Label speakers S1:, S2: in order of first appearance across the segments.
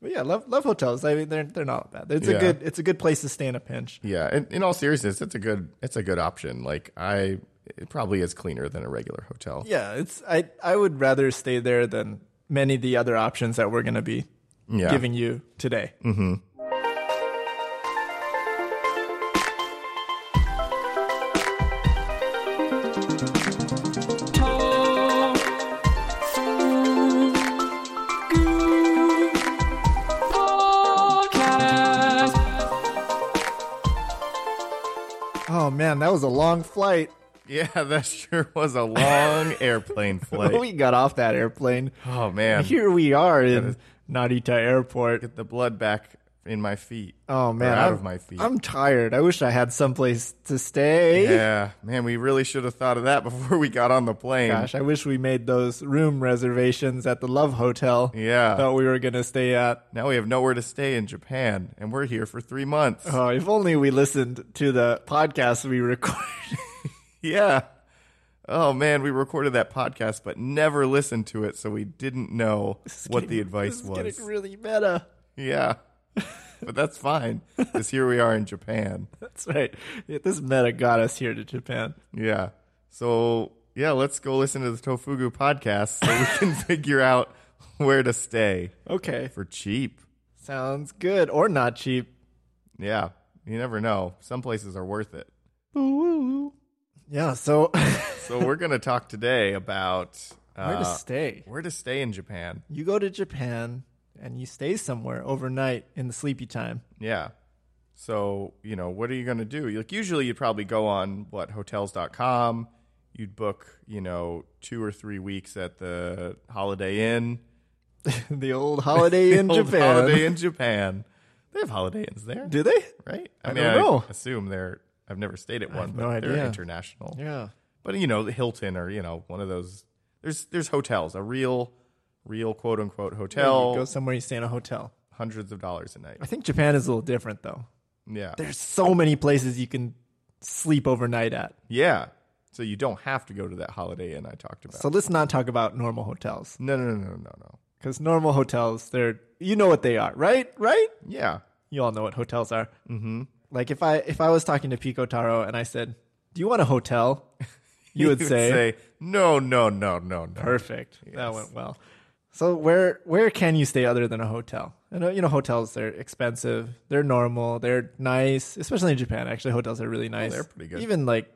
S1: But yeah, love love hotels. I mean, they're they're not bad. It's
S2: Yeah.
S1: a good it's a good place to stand a pinch.
S2: Yeah, and in all seriousness, it's a good it's a good option. Like I, it probably is cleaner than a regular hotel.
S1: Yeah, it's I I would rather stay there than many of the other options that we're going to be
S2: Yeah.
S1: giving you today. Oh man, that was a long flight.
S2: yeah, that sure was a long airplane flight.
S1: we got off that airplane.
S2: Oh man,
S1: Oh, Here we are in Narita Airport.
S2: get the blood back in my feet.
S1: Oh
S2: Or
S1: man,
S2: out
S1: I'm,
S2: of my feet.
S1: I'm tired. I wish I had someplace to stay.
S2: yeah, man, we really should have thought of that before we got on the plane.
S1: Gosh, I wish we made those room reservations at the Love Hotel.
S2: Yeah.
S1: that we were gonna stay at.
S2: Now we have nowhere to stay in Japan, and we're here for three months.
S1: Oh, if only we listened to the podcast we recorded.
S2: Yeah. Oh man, we recorded that podcast, but never listened to it, so we didn't know what the advice
S1: It's
S2: was.
S1: getting really meta.
S2: Yeah. but that's fine. Because here we are in Japan.
S1: That's right. Yeah, This meta got us here to Japan.
S2: Yeah. So, yeah, let's go listen to the Tofugu podcast so we can figure out where to stay
S1: Okay,
S2: for cheap.
S1: sounds good or not cheap.
S2: Yeah. You never know. Some places are worth it.
S1: Ooh. Yeah. So
S2: So, we're going to talk today about uh,
S1: where to stay?
S2: where to stay in Japan.
S1: You go to Japan and you stay somewhere overnight in the sleepy time.
S2: Yeah. So, you know, what are you going to do? Like, usually you'd probably go on what, hotels.com. You'd book, you know, two or three weeks at the Holiday Inn.
S1: the old Holiday in
S2: Old
S1: Japan.
S2: Holiday in Japan. They have Holiday Inns there,
S1: Do they?
S2: right?
S1: I don't know.
S2: assume they're. I've never stayed at one,
S1: have
S2: but
S1: no
S2: they're
S1: idea.
S2: international.
S1: Yeah.
S2: But you know, the Hilton or you know, one of those. There's there's hotels, a real, real quote unquote hotel,
S1: You go somewhere you stay in a hotel.
S2: hundreds of dollars a night.
S1: I think Japan is a little different though.
S2: Yeah,
S1: There's so many places you can sleep overnight at.
S2: yeah. So you don't have to go to that Holiday Inn I talked about.
S1: So let's not talk about normal hotels
S2: no, no, no, no, no, no.
S1: because normal hotels, they're you know what they are, right? Right?
S2: Yeah,
S1: You all know what hotels are. Mm-hmm. Like if I if I was talking to Pico Taro and I said, "Do you want a hotel?" You would
S2: You'd
S1: say,
S2: no, no, no, no, no.
S1: "Perfect. That went well." So where where can you stay other than a hotel? I know you know hotels they're expensive, they're normal, they're nice, especially in Japan. Actually, hotels are really nice.
S2: Oh, they're pretty good. Mm-hmm.
S1: Even like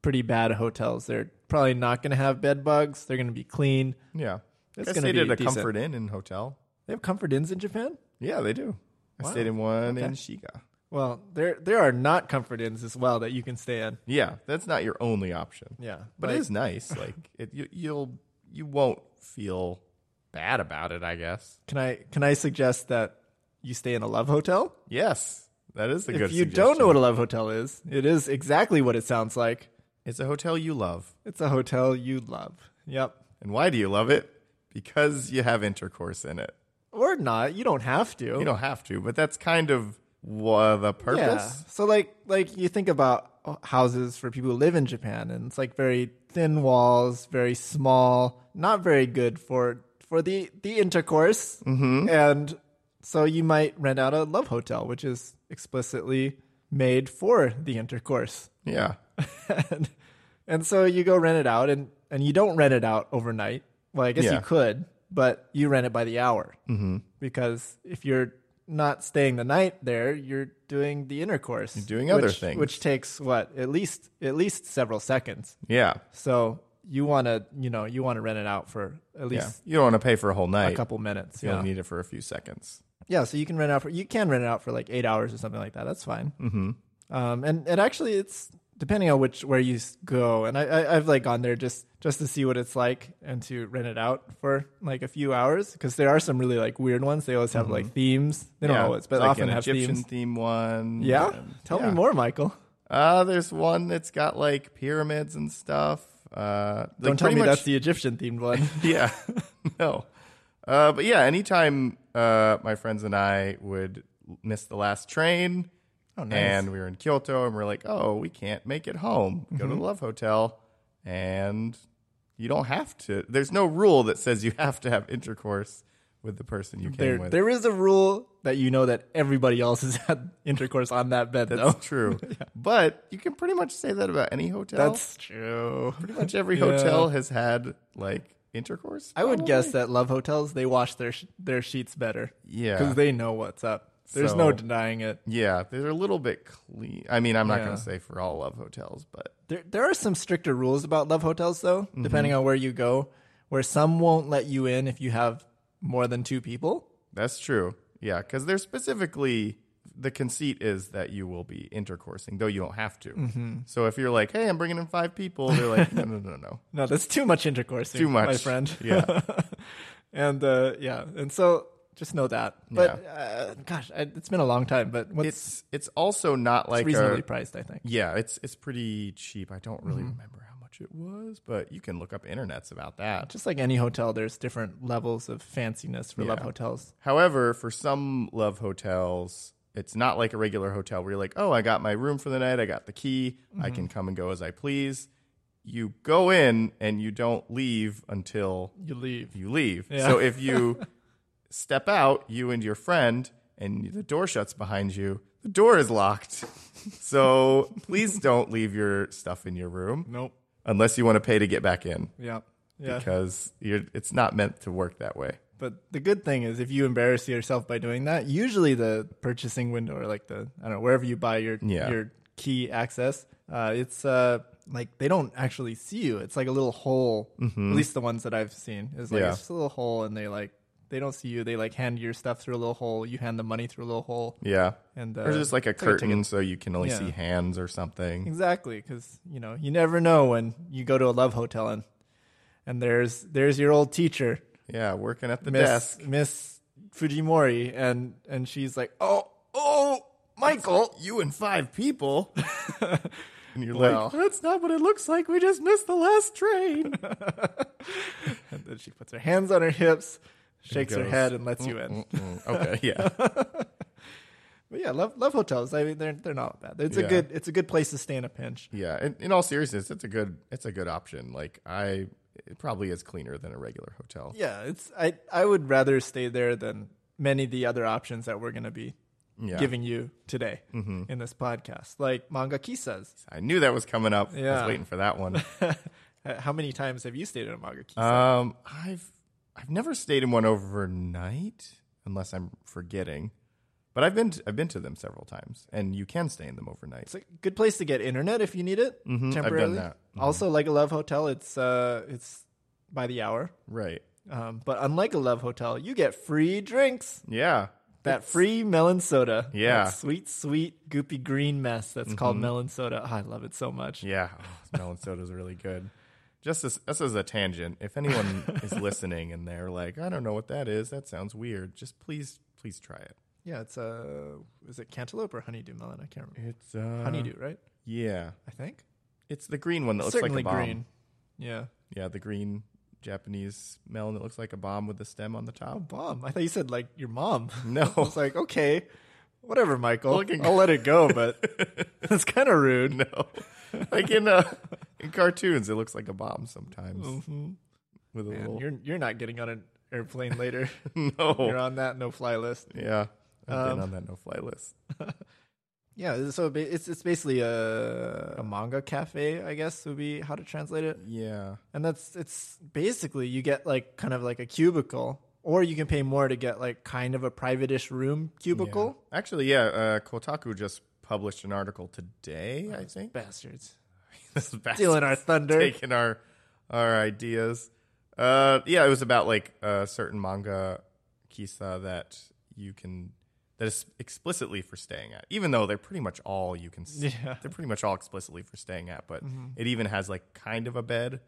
S1: pretty bad hotels, they're probably not going to have bed bugs. They're going to be clean.
S2: Yeah,
S1: It's
S2: I
S1: gonna
S2: stayed
S1: be
S2: at a
S1: decent.
S2: Comfort Inn in hotel.
S1: They have comfort inns in Japan.
S2: Yeah, they do. I stayed in one in Shiga.
S1: Well, there there are not comfort inns as well that you can stay in.
S2: Yeah, that's not your only option.
S1: Yeah,
S2: but it is nice. Like it, you, you'll you won't feel bad about it. I guess.
S1: Can I can I suggest that you stay in a love hotel?
S2: Yes, that is a
S1: If
S2: good.
S1: you don't know what a love hotel is, it is exactly what it sounds like.
S2: it's a hotel you love,
S1: It's a hotel you love. Yep.
S2: and why do you love it? Because you have intercourse in it.
S1: Or not. You don't have to.
S2: You don't have to, but that's kind of wha- the
S1: yeah.
S2: purpose.
S1: So like like you think about houses for people who live in Japan and it's like very thin walls, very small, not very good for for the the intercourse. Mm-hmm. And so you might rent out a love hotel which is explicitly made for the intercourse.
S2: Yeah,
S1: and, and so you go rent it out and and you don't rent it out overnight well i guess
S2: Yeah.
S1: you could but you rent it by the hour mm-hmm. because if you're not staying the night there you're doing the intercourse you're
S2: doing other
S1: which,
S2: things.
S1: which takes what at least at least several seconds
S2: yeah,
S1: so you want to you know you want to rent it out for at
S2: yeah.
S1: least
S2: You don't want to pay for a whole night.
S1: a couple minutes
S2: You
S1: yeah.
S2: only need it for a few seconds.
S1: Yeah, so you can rent it out for you can rent it out for like eight hours or something like that. That's fine. Mm-hmm. Um, and and actually, it's depending on which where you s- go. And I, I I've like gone there just just to see what it's like and to rent it out for like a few hours because there are some really like weird ones. They always have like themes. They don't
S2: Mm-hmm. yeah,
S1: always, but
S2: like
S1: often
S2: an
S1: have
S2: Egyptian
S1: themes.
S2: theme one.
S1: Yeah,
S2: and-
S1: tell
S2: yeah.
S1: me more, Michael.
S2: Uh, there's one that's got like pyramids and stuff. Uh, like,
S1: Don't tell
S2: pretty
S1: me
S2: much-
S1: that's the Egyptian themed one.
S2: yeah, no. Uh, but yeah, anytime uh, my friends and I would miss the last train,
S1: Oh, nice.
S2: and we were in Kyoto, and we're like, oh, we can't make it home. Go to
S1: Mm-hmm.
S2: the Love Hotel, and you don't have to. There's no rule that says you have to have intercourse with the person you came
S1: There,
S2: with.
S1: there is a rule that you know that everybody else has had intercourse on that bed,
S2: That's
S1: though.
S2: true. But you can pretty much say that about any hotel.
S1: That's true.
S2: pretty much every
S1: Yeah.
S2: hotel has had like intercourse.
S1: I would
S2: probably?
S1: guess that love hotels they wash their sh- their sheets better
S2: Yeah.
S1: because they know what's up. There's no
S2: So-
S1: denying it.
S2: Yeah, they're a little bit clean. I mean, I'm not
S1: Yeah.
S2: going to say for all love hotels, but
S1: There, there are some stricter rules about love hotels, though,
S2: Mm-hmm.
S1: depending on where you go, where some won't let you in if you have more than two people.
S2: that's true. Yeah, because they're specifically the conceit is that you will be intercoursing, though you don't have to.
S1: Mm-hmm.
S2: So if you're like, "Hey, I'm bringing in five people," they're like, "No, no, no, no,
S1: No, that's too much intercourse.
S2: too much,
S1: my friend.
S2: Yeah,
S1: and uh, yeah, and so just know that. But uh, gosh, I, it's been a long time. But what's
S2: it's it's also not like
S1: reasonably Mm-hmm.
S2: a,
S1: priced, I think.
S2: yeah, it's it's pretty cheap. I don't really remember how much it was, but you can look up internets about that.
S1: Just like any hotel, there's different levels of fanciness for love
S2: Yeah.
S1: hotels.
S2: However, for some love hotels, it's not like a regular hotel where you're like, oh, I got my room for the night, I got the key, I
S1: Mm-hmm.
S2: can come and go as I please. You go in and you don't leave until
S1: You leave.
S2: you leave.
S1: Yeah.
S2: So if you step out, you and your friend, and the door shuts behind you, the door is locked. So please don't leave your stuff in your room
S1: Nope.
S2: unless you want to pay to get back in
S1: Yeah. Yeah.
S2: because you're, it's not meant to work that way.
S1: But the good thing is, if you embarrass yourself by doing that, usually the purchasing window or like the I don't know wherever you buy your
S2: Yeah.
S1: your key access, uh, it's uh, like they don't actually see you. It's like a little hole. At least the ones that I've seen is like
S2: Mm-hmm. Yeah.
S1: it's just a little hole, and they like they don't see you. They like hand your stuff through a little hole. You hand the money through a little hole,
S2: Yeah.
S1: and uh,
S2: or just like a
S1: it's a
S2: curtain so you can only
S1: Yeah.
S2: see hands or something.
S1: Exactly, because you know you never know when you go to a love hotel and and there's there's your old teacher,
S2: Yeah, working at the
S1: Miss
S2: desk.
S1: Miss Fujimori, and and she's like, oh oh Michael,
S2: You and five people. and you're
S1: Well.
S2: like, that's not what it looks like. We just missed the last train.
S1: and then she puts her hands on her hips, shakes her
S2: goes,
S1: head, and lets you in.
S2: Mm, okay, yeah.
S1: But yeah, love love hotels. I mean, they're they're not bad. It's a
S2: Yeah.
S1: good it's a good place to stay in a pinch.
S2: Yeah, in, in all seriousness, it's a good it's a good option. Like I it probably is cleaner than a regular hotel.
S1: Yeah, it's I I would rather stay there than many of the other options that we're gonna be
S2: Yeah. Mm-hmm.
S1: giving you today in this podcast, like manga kisas.
S2: I knew that was coming up. I
S1: Yeah.
S2: was waiting for that one.
S1: How many times have you stayed in a manga kisa?
S2: um I've I've never stayed in one overnight unless I'm forgetting. But I've been to, I've been to them several times and you can stay in them overnight.
S1: it's a good place to get internet if you need it
S2: Mm-hmm. done
S1: temporarily.
S2: that.
S1: Also, like a love hotel, it's uh, it's by the hour.
S2: Right.
S1: Um, but unlike a love hotel, you get free drinks.
S2: Yeah.
S1: That free melon soda.
S2: Yeah. Mm-hmm.
S1: That sweet, sweet, goopy green mess that's called melon soda. Oh, I love it so much.
S2: Yeah. Oh, melon soda is really good. Just as, this is a tangent. If anyone is listening and they're like, I don't know what that is. That sounds weird. Just please, please try it.
S1: Yeah, it's uh, is it cantaloupe or honeydew melon? I can't remember.
S2: It's uh,
S1: honeydew, right?
S2: Yeah.
S1: I think.
S2: It's the green one that looks
S1: Certainly
S2: like a bomb.
S1: green. Yeah.
S2: Yeah, the green Japanese melon that looks like a bomb with the stem on the top.
S1: Bomb. I thought you said like your mom. I
S2: No,
S1: was like, okay, whatever, Michael.
S2: Looking-
S1: I'll let it go, but that's kind of rude.
S2: no. Like in uh, in cartoons, it looks like a bomb sometimes with a
S1: Mm-hmm. Man,
S2: little
S1: you're you're not getting on an airplane later. you're
S2: no.
S1: on that no fly list.
S2: Yeah, I've
S1: Um,
S2: been on that no fly list.
S1: Yeah, so ba- it's it's basically a, a manga cafe, I guess would be how to translate it.
S2: Yeah,
S1: And that's it's basically you get like kind of like a cubicle, or you can pay more to get like kind of a private-ish room cubicle.
S2: Yeah. Actually, yeah, uh, Kotaku just published an article today. I think
S1: Bastards
S2: this is bad.
S1: stealing our thunder.
S2: taking our our ideas. Uh, yeah, it was about like a certain manga kisa that you can that is explicitly for staying at. Even though they're pretty much all you can, s-
S1: Yeah. Mm-hmm.
S2: they're pretty much all explicitly for staying at. But it even has like kind of a bed.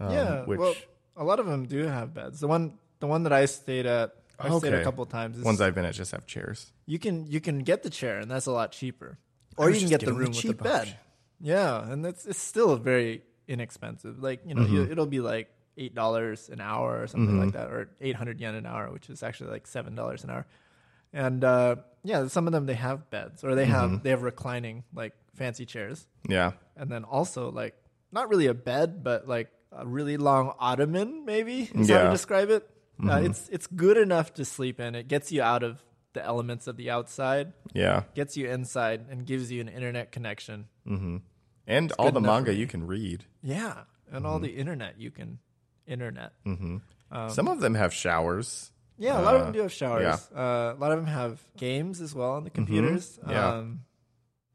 S2: um,
S1: yeah,
S2: which
S1: well, a lot of them do have beds. The one the one that I stayed at, I stayed a
S2: Okay.
S1: couple times. is-
S2: ones I've been at just have chairs.
S1: you can you can get the chair and that's a lot cheaper or
S2: was
S1: you can
S2: just
S1: get the
S2: getting the
S1: room with
S2: cheap
S1: the bed
S2: option.
S1: yeah and that's it's still very inexpensive like you know you, it'll be like eight dollars an hour or something like that or 800 yen an hour which is actually like seven dollars an hour and uh, yeah some of them they have beds or they have they have reclining like fancy chairs
S2: Yeah,
S1: and then also like not really a bed but like a really long ottoman maybe is how
S2: Yeah. Mm-hmm.
S1: to describe it Uh, it's it's good enough to sleep in. It gets you out of the elements of the outside,
S2: Yeah.
S1: gets you inside, and gives you an internet connection.
S2: And all
S1: enough for
S2: the manga you can read.
S1: Yeah, and all
S2: Mm-hmm.
S1: the internet you can internet. Um,
S2: Some of them have showers.
S1: Yeah, a lot of
S2: Mm. Uh,
S1: them do have showers. Uh, a lot of them have games as well on the computers.
S2: Mm-hmm. Yeah.
S1: Um,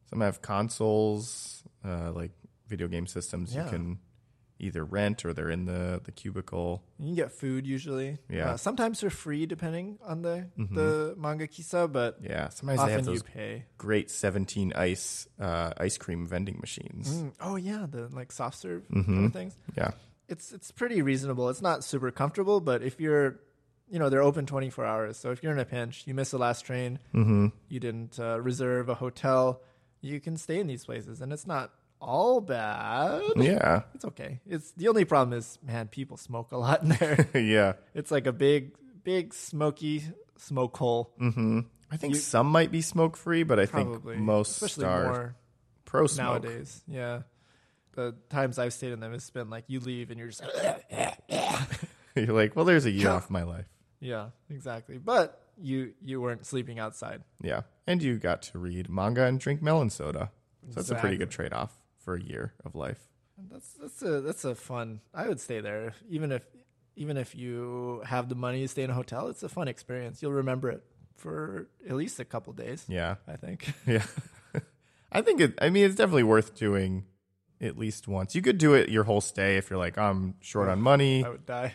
S2: Some have consoles, uh, like video game systems you
S1: Yeah.
S2: can either rent or they're in the, the cubicle.
S1: You can get food usually.
S2: Yeah.
S1: Uh, sometimes they're free depending on the the manga kisa, but
S2: Yeah. Sometimes they have
S1: often
S2: those
S1: you pay.
S2: great 17 ice uh, ice cream vending machines.
S1: Mm, Oh yeah, the like soft serve kind
S2: Mm-hmm.
S1: of things.
S2: Yeah.
S1: It's it's pretty reasonable. It's not super comfortable, but if you're you know they're open 24 hours. So if you're in a pinch, you miss the last train,
S2: Mm-hmm.
S1: you didn't uh, reserve a hotel, you can stay in these places, and it's not all bad.
S2: Yeah.
S1: It's okay. It's the only problem is man, people smoke a lot in there.
S2: yeah.
S1: it's like a big big smoky smoke hole.
S2: I think some might be smoke free, but I
S1: probably
S2: think most
S1: especially
S2: are
S1: more
S2: pro smoke.
S1: nowadays yeah the times i've stayed in them has been like you leave and you're just
S2: You're like, well, there's a year off my life.
S1: yeah exactly but you you weren't sleeping outside
S2: Yeah. And you got to read manga and drink melon soda. So that's a pretty good trade off for a year of life.
S1: that's that's a that's a fun i would stay there even if even if you have the money to stay in a hotel it's a fun experience you'll remember it for at least a couple days
S2: Yeah.
S1: i think
S2: Yeah. I think it, I mean, it's definitely worth doing at least once. You could do it your whole stay if you're like, I'm short on money.
S1: i would die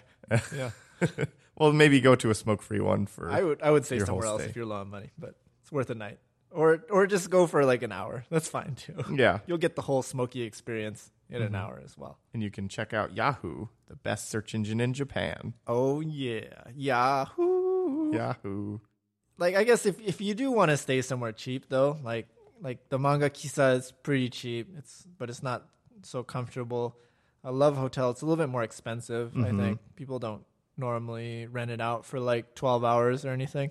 S1: yeah
S2: well, maybe go to a smoke free one for.
S1: i would i would stay
S2: Your whole
S1: somewhere else
S2: stay.
S1: if you're low on money but it's worth a night or or just go for like an hour that's fine too
S2: yeah. Mm-hmm.
S1: you'll get the whole smoky experience in an hour as well
S2: And you can check out Yahoo, the best search engine in Japan.
S1: Oh yeah, Yahoo!
S2: Yahoo.
S1: Like I guess if if you do want to stay somewhere cheap though, like like the manga kisa is pretty cheap. It's but it's not so comfortable. I love hotel. It's a little bit more expensive. I think people don't normally rent it out for like twelve hours or anything.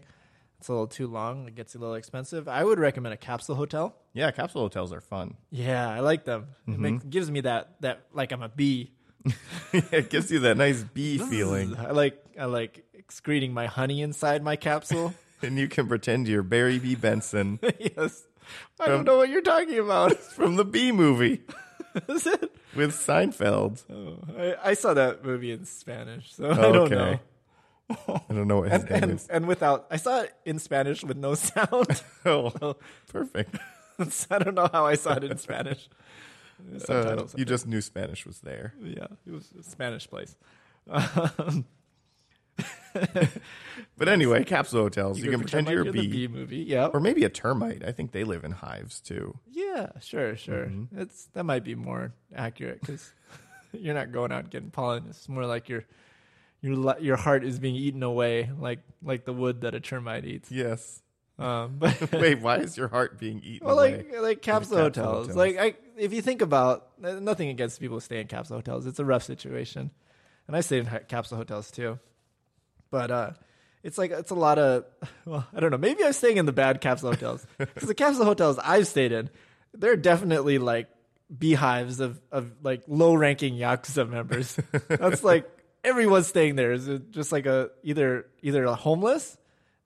S1: It's a little too long. It gets a little expensive. I would recommend a capsule hotel.
S2: Yeah, capsule hotels are fun.
S1: Yeah, I like them. It makes, gives me that that like I'm a bee.
S2: it gives you that nice bee feeling.
S1: I like I like excreting my honey inside my capsule.
S2: And you can pretend you're Barry B. Benson
S1: yes. I don't
S2: From-
S1: know what you're talking about.
S2: from the Bee movie
S1: Is it?
S2: with Seinfeld.
S1: Oh, I, I saw that movie in Spanish, so I don't
S2: Okay.
S1: know.
S2: I don't know what his name
S1: And,
S2: is.
S1: and without, I saw it in Spanish with no sound.
S2: Oh, perfect.
S1: So I don't know how I saw it in Spanish.
S2: Uh,
S1: Subtitles.
S2: you just knew Spanish was there.
S1: yeah, it was a Spanish place. Um,
S2: But anyway, capsule hotels. You, can pretend,
S1: like
S2: you're a bee.
S1: the bee movie. Yeah,
S2: Or maybe a termite. I think they live in hives too.
S1: yeah, sure, sure.
S2: Mm-hmm.
S1: It's that might be more accurate because you're not going out getting pollen. It's more like your your li- your heart is being eaten away, like like the wood that a termite eats.
S2: Yes.
S1: Um, but
S2: Wait, why is your heart being eaten
S1: well,
S2: away?
S1: like like capsule
S2: capsule
S1: hotels.
S2: hotels.
S1: Like I, if you think about uh, nothing against people who stay in capsule hotels, it's a rough situation, and I stayed in ha- capsule hotels too. But uh, it's like it's a lot of well, I don't know. Maybe I'm staying in the bad capsule hotels because the capsule hotels I've stayed in, they're definitely like beehives of of like low ranking yakuza members. That's like everyone staying there is just like a either either a homeless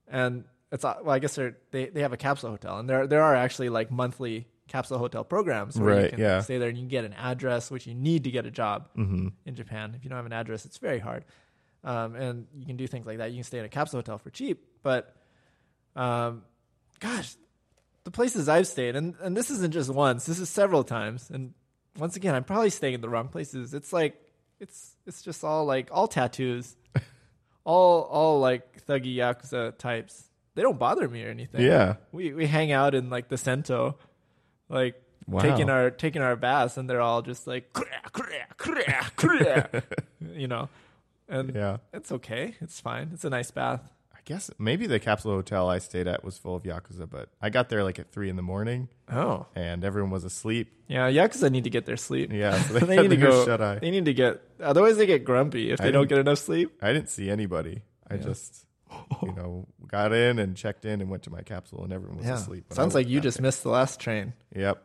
S1: and it's uh, well, I guess they're, they they have a capsule hotel, and there there are actually like monthly capsule hotel programs where you
S2: Right,
S1: can
S2: yeah. Mm-hmm.
S1: stay there and you can get an address, which you need to get a job in Japan. If you don't have an address, it's very hard, um, and you can do things like that. You can stay in a capsule hotel for cheap, but um, gosh, the places I've stayed, and and this isn't just once, this is several times, and once again, I'm probably staying in the wrong places. It's like it's it's just all like all tattoos all all like thuggy yakuza types. They don't bother me or anything.
S2: yeah.
S1: we we hang out in like the sento, like
S2: Wow.
S1: taking our taking our baths, and they're all just like "Kura, kura, kura, kura," you know, and
S2: Yeah.
S1: it's okay, it's fine, it's a nice bath.
S2: I guess maybe the capsule hotel I stayed at was full of yakuza, but I got there like at three in the morning
S1: Oh
S2: and everyone was asleep.
S1: yeah, yakuza need to get their sleep.
S2: Yeah, so they,
S1: they
S2: had
S1: need to
S2: to go
S1: go.
S2: shut eye.
S1: They need to get. Otherwise, they get grumpy if they
S2: I
S1: don't
S2: didn't-
S1: get enough sleep.
S2: I didn't see anybody. I just, you know, got in and checked in and went to my capsule, and everyone was asleep. when I
S1: sounds like you
S2: got
S1: just missed the last train.
S2: there. Yep.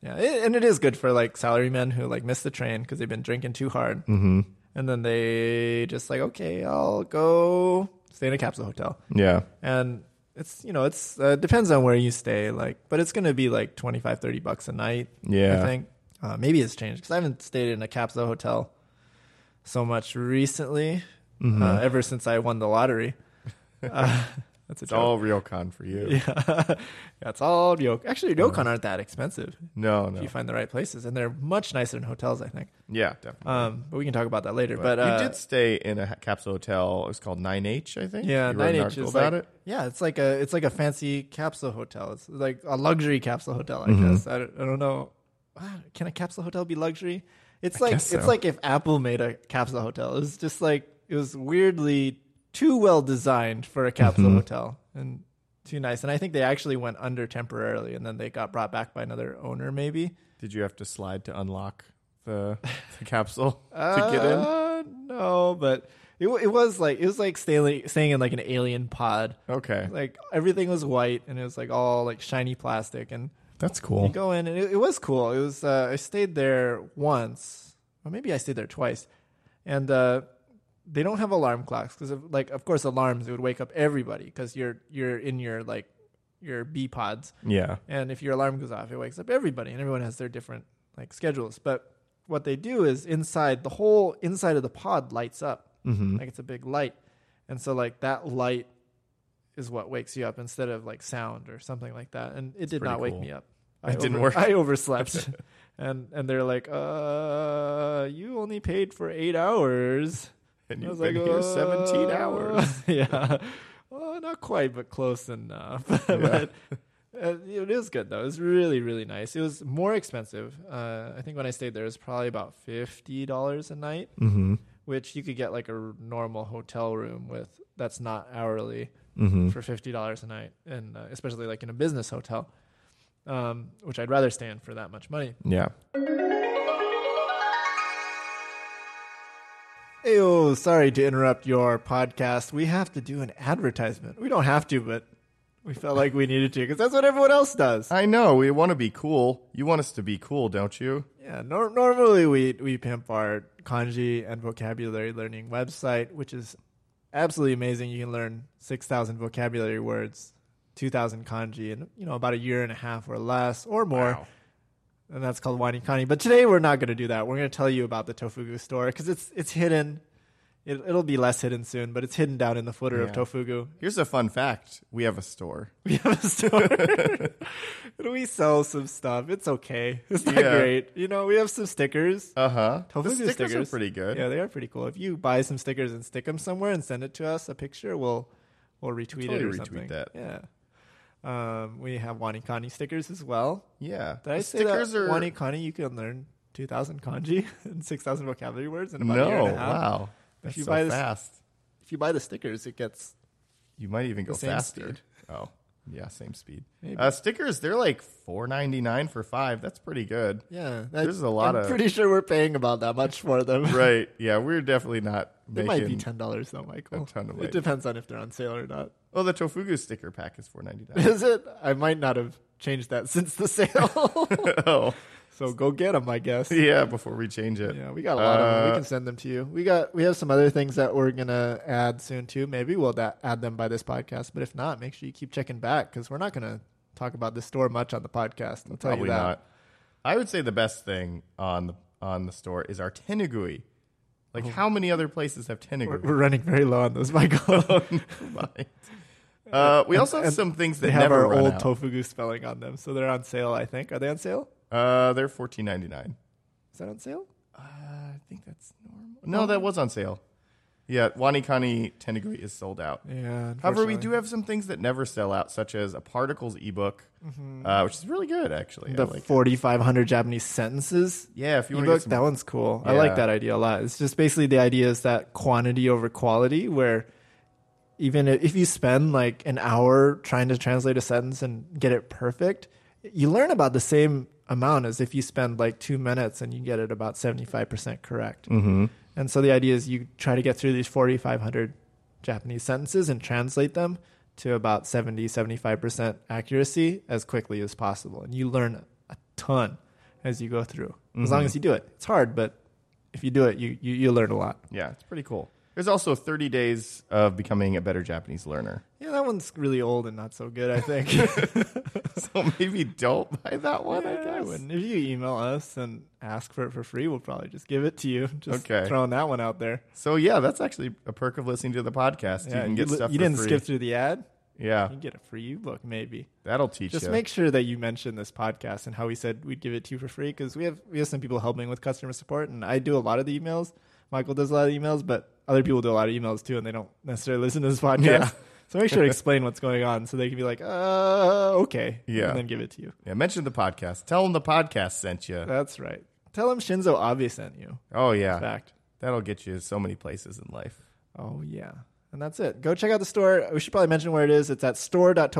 S1: Yeah, it, and it is good for like salarymen who like miss the train because they've been drinking too hard. Mm-hmm. And then they just like, okay, I'll go stay in a capsule hotel.
S2: Yeah.
S1: And it's, you know, it's uh, depends on where you stay, like, but it's going to be like 25, 30 bucks a night.
S2: Yeah.
S1: I think. Uh, maybe it's changed because I haven't stayed in a capsule hotel so much recently,
S2: Mm-hmm.
S1: uh, ever since I won the lottery. Uh, that's a
S2: It's
S1: joke.
S2: all RioCon for you.
S1: yeah. yeah, it's all yoke. Actually, ryokan aren't that expensive
S2: No,
S1: if
S2: Uh-huh. no.
S1: you find the right places, and they're much nicer than hotels, I think.
S2: Yeah, definitely.
S1: Um, but we can talk about that later. But,
S2: But,
S1: uh,
S2: you did stay in a ha- capsule hotel. It was called 9H, I think.
S1: Yeah,
S2: You wrote an
S1: nine H
S2: article
S1: is
S2: about
S1: like,
S2: it.
S1: yeah, it's like a it's like a fancy capsule hotel. It's like a luxury capsule hotel, I
S2: Mm-hmm.
S1: guess. I don't, I don't know. Ah, Can a capsule hotel be luxury? It's like
S2: guess
S1: it's
S2: so.
S1: like if Apple made a capsule hotel. It was just like it was weirdly too well designed for a capsule
S2: Mm-hmm.
S1: hotel and too nice. And I think they actually went under temporarily, and then they got brought back by another owner, maybe.
S2: Did you have to slide to unlock the, the capsule to get in?
S1: Uh, No, but it wa- it was like it was like staying staying in like an alien pod.
S2: Okay.
S1: like everything was white and it was like all like shiny plastic and
S2: That's cool.
S1: you go in and it, it was cool it was uh, i stayed there once or maybe i stayed there twice and uh, they don't have alarm clocks because of, like of course alarms it would wake up everybody because you're you're in your like your b pods
S2: Yeah.
S1: and if your alarm goes off, it wakes up everybody, and everyone has their different like schedules. But what they do is inside the whole inside of the pod lights up,
S2: Mm-hmm.
S1: like it's a big light, and so like that light is what wakes you up instead of like sound or something like that. And it did
S2: pretty
S1: not wake
S2: cool.
S1: me up.
S2: It didn't work.
S1: I overslept. And and they're like, uh, you only paid for eight hours.
S2: And
S1: I
S2: you've
S1: was
S2: been
S1: like,
S2: here 17
S1: "Uh,
S2: hours.
S1: yeah. Well, not quite, but close enough. but uh, it is good, though. It was really, really nice. It was more expensive. Uh, I think when I stayed there, it was probably about $50 a night,
S2: Mm-hmm.
S1: which you could get like a r- normal hotel room with that's not hourly
S2: Mm-hmm.
S1: for $50 a night, and uh, especially like in a business hotel, um, which I'd rather stay in for that much money.
S2: Yeah.
S1: Ayo, sorry to interrupt your podcast. We have to do an advertisement. We don't have to, but we felt like we needed to because that's what everyone else does.
S2: I know. We want to be cool. You want us to be cool, don't you?
S1: Yeah, nor- normally we, we pimp our kanji and vocabulary learning website, which is absolutely amazing. You can learn 6,000 vocabulary words, 2,000 kanji in, you know, about a year and a half or less or more.
S2: Wow.
S1: and that's called Wani Kani. But today we're not going to do that. We're going to tell you about the Tofugu store because it's it's hidden. It, it'll be less hidden soon, but it's hidden down in the footer of
S2: Yeah.
S1: Tofugu.
S2: Here's a fun fact. We have a store.
S1: We have a store. and we sell some stuff. It's okay. It's not
S2: Yeah.
S1: great. You know, we have some stickers.
S2: Uh huh.
S1: Tofugu
S2: stickers,
S1: stickers.
S2: are pretty good.
S1: yeah, they are pretty cool. If you buy some stickers and stick them somewhere and send it to us, a picture, we'll we'll retweet
S2: Totally
S1: it or
S2: retweet
S1: something.
S2: that.
S1: Yeah. Um, we have Wani Kani stickers as well.
S2: Yeah.
S1: Did I
S2: The
S1: say
S2: stickers
S1: that
S2: are
S1: one kanji you can learn two thousand kanji and six thousand vocabulary words in about a year
S2: no.
S1: and a half?
S2: Wow. That's
S1: you
S2: so
S1: buy this-
S2: fast.
S1: If you buy the stickers, it gets
S2: You might even go
S1: same
S2: faster.
S1: speed.
S2: Oh, yeah, same speed.
S1: Maybe.
S2: Uh, stickers, they're like four ninety nine for five. That's pretty good.
S1: yeah.
S2: There's a lot
S1: I'm
S2: of-
S1: pretty sure we're paying about that much for them.
S2: Right? Yeah, we're definitely not
S1: It might be
S2: making.
S1: ten dollars though, Michael.
S2: a ton of
S1: it
S2: money.
S1: depends on if they're on sale or not.
S2: oh, the Tofugu sticker pack is four ninety nine.
S1: Is it? I might not have changed that since the sale.
S2: oh,
S1: so go get them, I guess.
S2: yeah. Before we change it,
S1: Yeah, we got a lot of them. We
S2: Uh,
S1: can send them to you. We got we have some other things that we're gonna add soon too. Maybe we'll da- add them by this podcast. But if not, make sure you keep checking back because we're not gonna talk about this store much on the podcast. I'll tell
S2: probably
S1: you that.
S2: not. I would say the best thing on the on the store is our tenugui.
S1: Oh.
S2: Like, how many other places have
S1: We're,
S2: tenugui?
S1: we're running very low on those, Michael.
S2: Right. Uh, we also have
S1: and
S2: some things that
S1: they have
S2: never
S1: our
S2: run
S1: old
S2: out.
S1: tofugu spelling on them, so they're on sale. I think are they on sale?
S2: uh, they're fourteen ninety nine.
S1: Is that on sale?
S2: Uh, I think that's normal. No, that was on sale. Yeah, Wanikani Tenugui is sold out.
S1: Yeah.
S2: However, we do have some things that never sell out, such as a Particles ebook, uh, which is really good, actually. I
S1: the
S2: like it.
S1: 4,500 Japanese sentences.
S2: yeah, if you want to
S1: ebook
S2: get some,
S1: that one's cool i
S2: Yeah.
S1: like that idea a lot it's just basically the idea is that quantity over quality where even if if you spend like an hour trying to translate a sentence and get it perfect you learn about the same amount as if you spend like two minutes and you get it about 75% correct mm-hmm. and so the idea is you try to get through these 4500 japanese sentences and translate them to about 70 75% accuracy as quickly as possible and you learn a ton as you go through as long as you do it. It's hard, but if you do it, you you, you learn a lot.
S2: Yeah, it's pretty cool. There's also 30 days of becoming a better Japanese learner.
S1: Yeah, that one's really old and not so good. I think.
S2: So maybe don't buy that one, I
S1: Yeah,
S2: guess.
S1: wouldn't. If you email us and ask for it for free, we'll probably just give it to you. Just
S2: Okay.
S1: throwing that one out there.
S2: So yeah, that's actually a perk of listening to the podcast. you can get
S1: li-
S2: stuff
S1: you
S2: for
S1: didn't
S2: free.
S1: skip through the ad.
S2: Yeah,
S1: You can get a free ebook, maybe.
S2: that'll teach
S1: Just
S2: you.
S1: make sure that you mention this podcast and how we said we'd give it to you for free because we have we have some people helping with customer support, and I do a lot of the emails. Michael does a lot of emails, but other people do a lot of emails too, and they don't necessarily listen to this podcast.
S2: Yeah.
S1: So make sure to explain what's going on, so they can be like, "Uh, okay,"
S2: Yeah.
S1: and then give it to you.
S2: yeah, mention the podcast. Tell them the podcast sent you.
S1: That's right. Tell him Shinzo Abe sent you.
S2: Oh yeah,
S1: Fact.
S2: that'll get you so many places in life.
S1: Oh yeah. And that's it. Go check out the store. We should probably mention where it is. It's at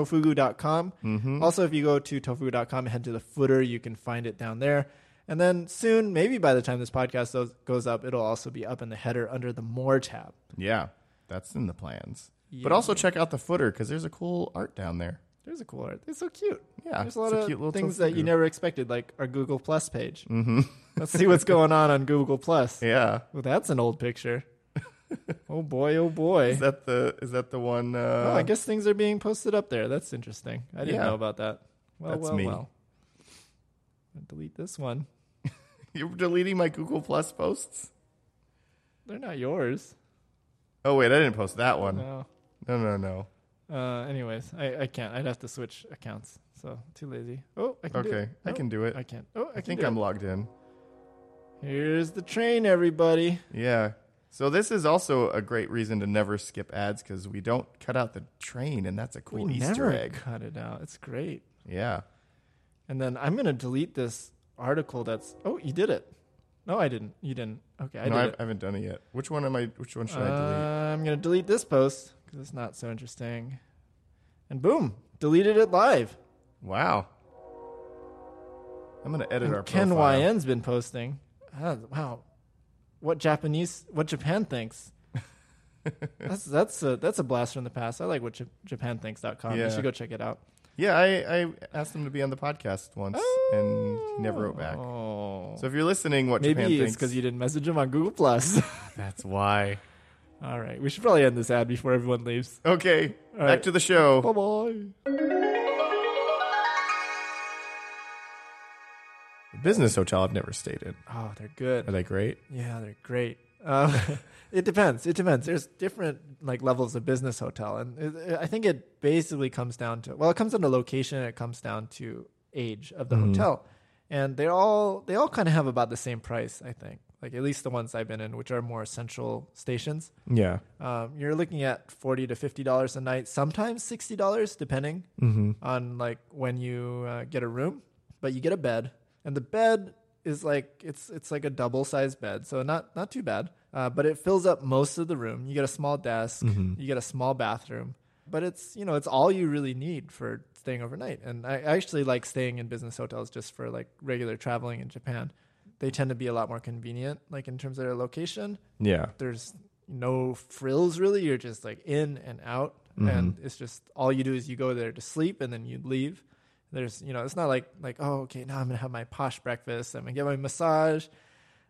S1: store.tofugu.com. Mm-hmm. Also, if you go to tofugu.com and head to the footer, you can find it down there. And then soon, maybe by the time this podcast goes- goes up, it'll also be up in the header under the more tab.
S2: Yeah, that's in the plans. But also check out the footer because there's a cool art down there.
S1: There's a cool art. It's so cute.
S2: Yeah,
S1: There's a lot
S2: Ah, it's a
S1: of
S2: cute little
S1: things that you
S2: tofugu.
S1: never expected, like our Google Plus page. Mm-hmm. Let's see what's going on on Google Plus.
S2: Yeah,
S1: Well, that's an old picture. oh boy, oh boy.
S2: is that the is that the one? Uh,
S1: Oh, I guess things are being posted up there. That's interesting. I didn't
S2: Yeah.
S1: know about that. Well,
S2: That's
S1: well,
S2: me.
S1: well. I'll delete this one.
S2: you're deleting my Google Plus posts.
S1: They're not yours.
S2: Oh wait, I didn't post that one.
S1: No.
S2: No, no, no.
S1: Uh, anyways, I, I can't. I'd have to switch accounts. So too lazy. Oh, I can do
S2: Okay,
S1: it.
S2: I
S1: Nope,
S2: can do it.
S1: I
S2: I,
S1: can't. Oh, I, can
S2: think
S1: do
S2: I'm
S1: it.
S2: logged in.
S1: Here's the train, everybody.
S2: Yeah. So this is also a great reason to never skip ads because we don't cut out the train, and that's a cool
S1: we
S2: Easter
S1: never
S2: egg.
S1: cut it out. It's great.
S2: Yeah.
S1: And then I'm gonna delete this article. That's oh, you did it. No, I didn't. You didn't. Okay, I did
S2: no, I
S1: it.
S2: I haven't done it yet. Which one am I? Which one should I delete?
S1: Uh, I'm going to delete this post because it's not so interesting. And boom, deleted it live.
S2: Wow. I'm gonna edit
S1: And
S2: our
S1: Ken
S2: profile.
S1: YN's been posting. Ah, wow, what Japanese, what Japan thinks. that's that's a that's a blast from the past. I like what J- JapanThinks.com.
S2: Yeah.
S1: You should go check it out.
S2: Yeah, I, I asked him to be on the podcast once, and he never wrote back.
S1: Oh,
S2: So if you're listening, what
S1: maybe
S2: Japan
S1: it's
S2: thinks?
S1: because you didn't message him on Google Plus.
S2: That's why.
S1: All right, we should probably end this ad before everyone leaves.
S2: Okay, back
S1: right.
S2: to the show.
S1: Bye bye.
S2: Business hotel I've never stayed in.
S1: Oh, they're good.
S2: Are they great?
S1: Yeah, they're great. Um, it depends. It depends. There's different like levels of business hotel, and it, it- I think it basically comes down to well, it comes down to location. and It comes down to age of the hotel, and they all they all kind of have about the same price. I think, like at least the ones I've been in, which are more central stations.
S2: Yeah.
S1: Um, you're looking at forty to fifty dollars a night, sometimes sixty dollars, depending
S2: Mm-hmm.
S1: on like when you uh, get a room. But you get a bed, and the bed is like it's it's like a double sized bed, so not not too bad. Uh, but it fills up most of the room. You get a small desk,
S2: Mm-hmm.
S1: you get a small bathroom, but it's you know it's all you really need for staying overnight. And I I actually like staying in business hotels just for like regular traveling in Japan. They tend to be a lot more convenient, like in terms of their location
S2: Yeah.
S1: there's no frills really. You're just like in and out,
S2: Mm-hmm.
S1: and it's just all you do is you go there to sleep and then you leave. There's you know it's not like like oh okay now I'm gonna have my posh breakfast. I'm gonna get my massage,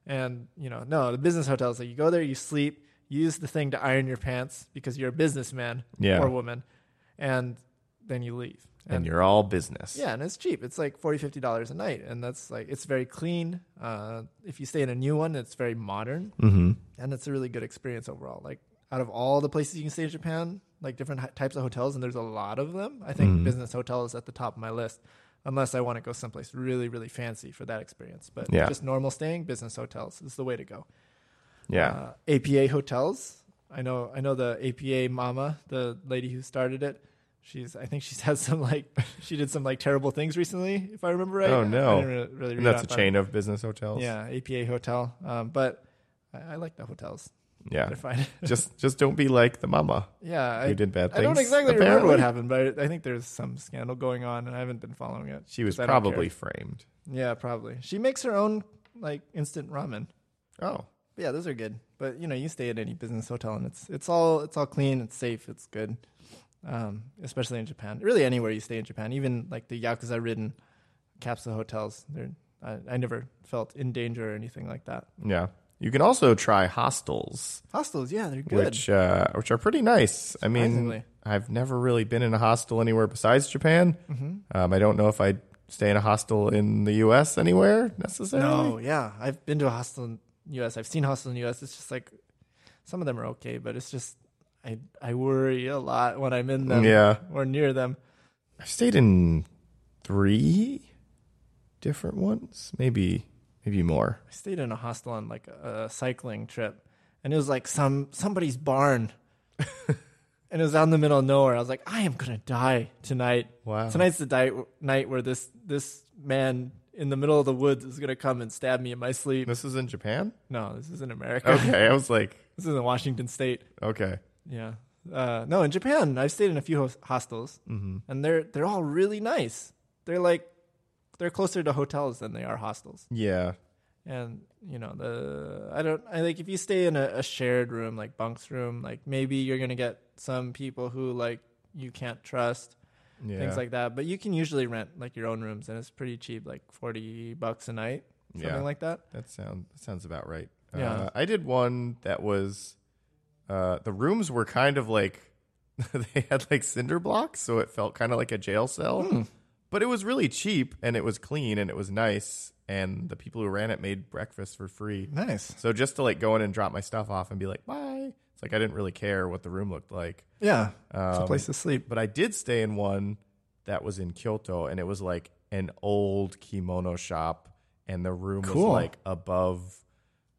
S1: and you know no the business hotels like you go there you sleep use the thing to iron your pants because you're a businessman
S2: Yeah.
S1: or woman, and then you leave.
S2: And you're all business.
S1: Yeah, and it's cheap. It's like $40, 50 dollars a night, and that's like it's very clean. Uh, if you stay in a new one, it's very modern, mm-hmm. and it's a really good experience overall. Like out of all the places you can stay in Japan, like different hi- types of hotels, and there's a lot of them. I think
S2: Mm-hmm.
S1: business hotel is at the top of my list, unless I want to go someplace really, really fancy for that experience. But
S2: Yeah.
S1: just normal staying, business hotels is the way to go.
S2: Yeah.
S1: Uh, APA hotels. I know I know the APA mama, the lady who started it. She's I think she's had some like she did some like terrible things recently, if I remember right.
S2: Oh, no.
S1: I didn't re- really
S2: and
S1: read
S2: that's a
S1: up on
S2: chain of business
S1: it.
S2: hotels.
S1: Yeah, APA hotel. Um, but I, I like the hotels.
S2: Yeah.
S1: They're fine.
S2: just just don't be like the mama.
S1: yeah, I,
S2: Who did bad
S1: I don't
S2: things,
S1: exactly remember what
S2: apparently.
S1: happened, but I, I think there's some scandal going on, and I haven't been following it.
S2: She was
S1: 'cause I don't
S2: probably framed.
S1: care. yeah, probably. She makes her own like instant ramen.
S2: Oh.
S1: But yeah, those are good. But you know, you stay at any business hotel, and it's it's all it's all clean, it's safe, it's good. Um, especially in Japan, really anywhere you stay in Japan, even like the yakuza-ridden capsule hotels. They're I, I never felt in danger or anything like that.
S2: Yeah. You can also try hostels,
S1: Hostels, yeah, they're good.
S2: which uh, which are pretty nice. I mean,
S1: Surprisingly.
S2: I've never really been in a hostel anywhere besides Japan.
S1: Mm-hmm.
S2: Um, I don't know if I'd stay in a hostel in the U.S. anywhere necessarily.
S1: no, yeah, I've been to a hostel in U.S. I've seen hostels in U.S. It's just like some of them are okay, but it's just I I worry a lot when I'm in them
S2: Yeah,
S1: or near them.
S2: I've stayed in three different ones, maybe maybe more.
S1: I stayed in a hostel on like a cycling trip, and it was like some somebody's barn, and it was out in the middle of nowhere. I was like, I am gonna die tonight.
S2: Wow.
S1: Tonight's the di- night where this this man in the middle of the woods is gonna come and stab me in my sleep.
S2: This is in Japan.
S1: No, this isn't America.
S2: Okay, I was like,
S1: This isn't Washington State.
S2: okay,
S1: Yeah. Uh, no, in Japan, I've stayed in a few hos- hostels,
S2: Mm-hmm.
S1: and they're they're all really nice. They're like they're closer to hotels than they are hostels.
S2: yeah,
S1: And you know the I don't I like if you stay in a, a shared room like bunks room, like maybe you're gonna get some people who like you can't trust
S2: yeah,
S1: things like that. But you can usually rent like your own rooms, and it's pretty cheap, like forty bucks a night, something
S2: Yeah.
S1: like that.
S2: That sound that sounds about right.
S1: Yeah.
S2: Uh, I did one that was uh, the rooms were kind of like they had like cinder blocks, so it felt kind of like a jail cell.
S1: Hmm.
S2: But it was really cheap and it was clean and it was nice and the people who ran it made breakfast for free.
S1: Nice.
S2: So just to like go in and drop my stuff off and be like, "Bye." It's like I didn't really care what the room looked like.
S1: Yeah, it's a
S2: Um,
S1: place to sleep.
S2: But I did stay in one that was in Kyoto, and it was like an old kimono shop, and the room
S1: Cool.
S2: was like above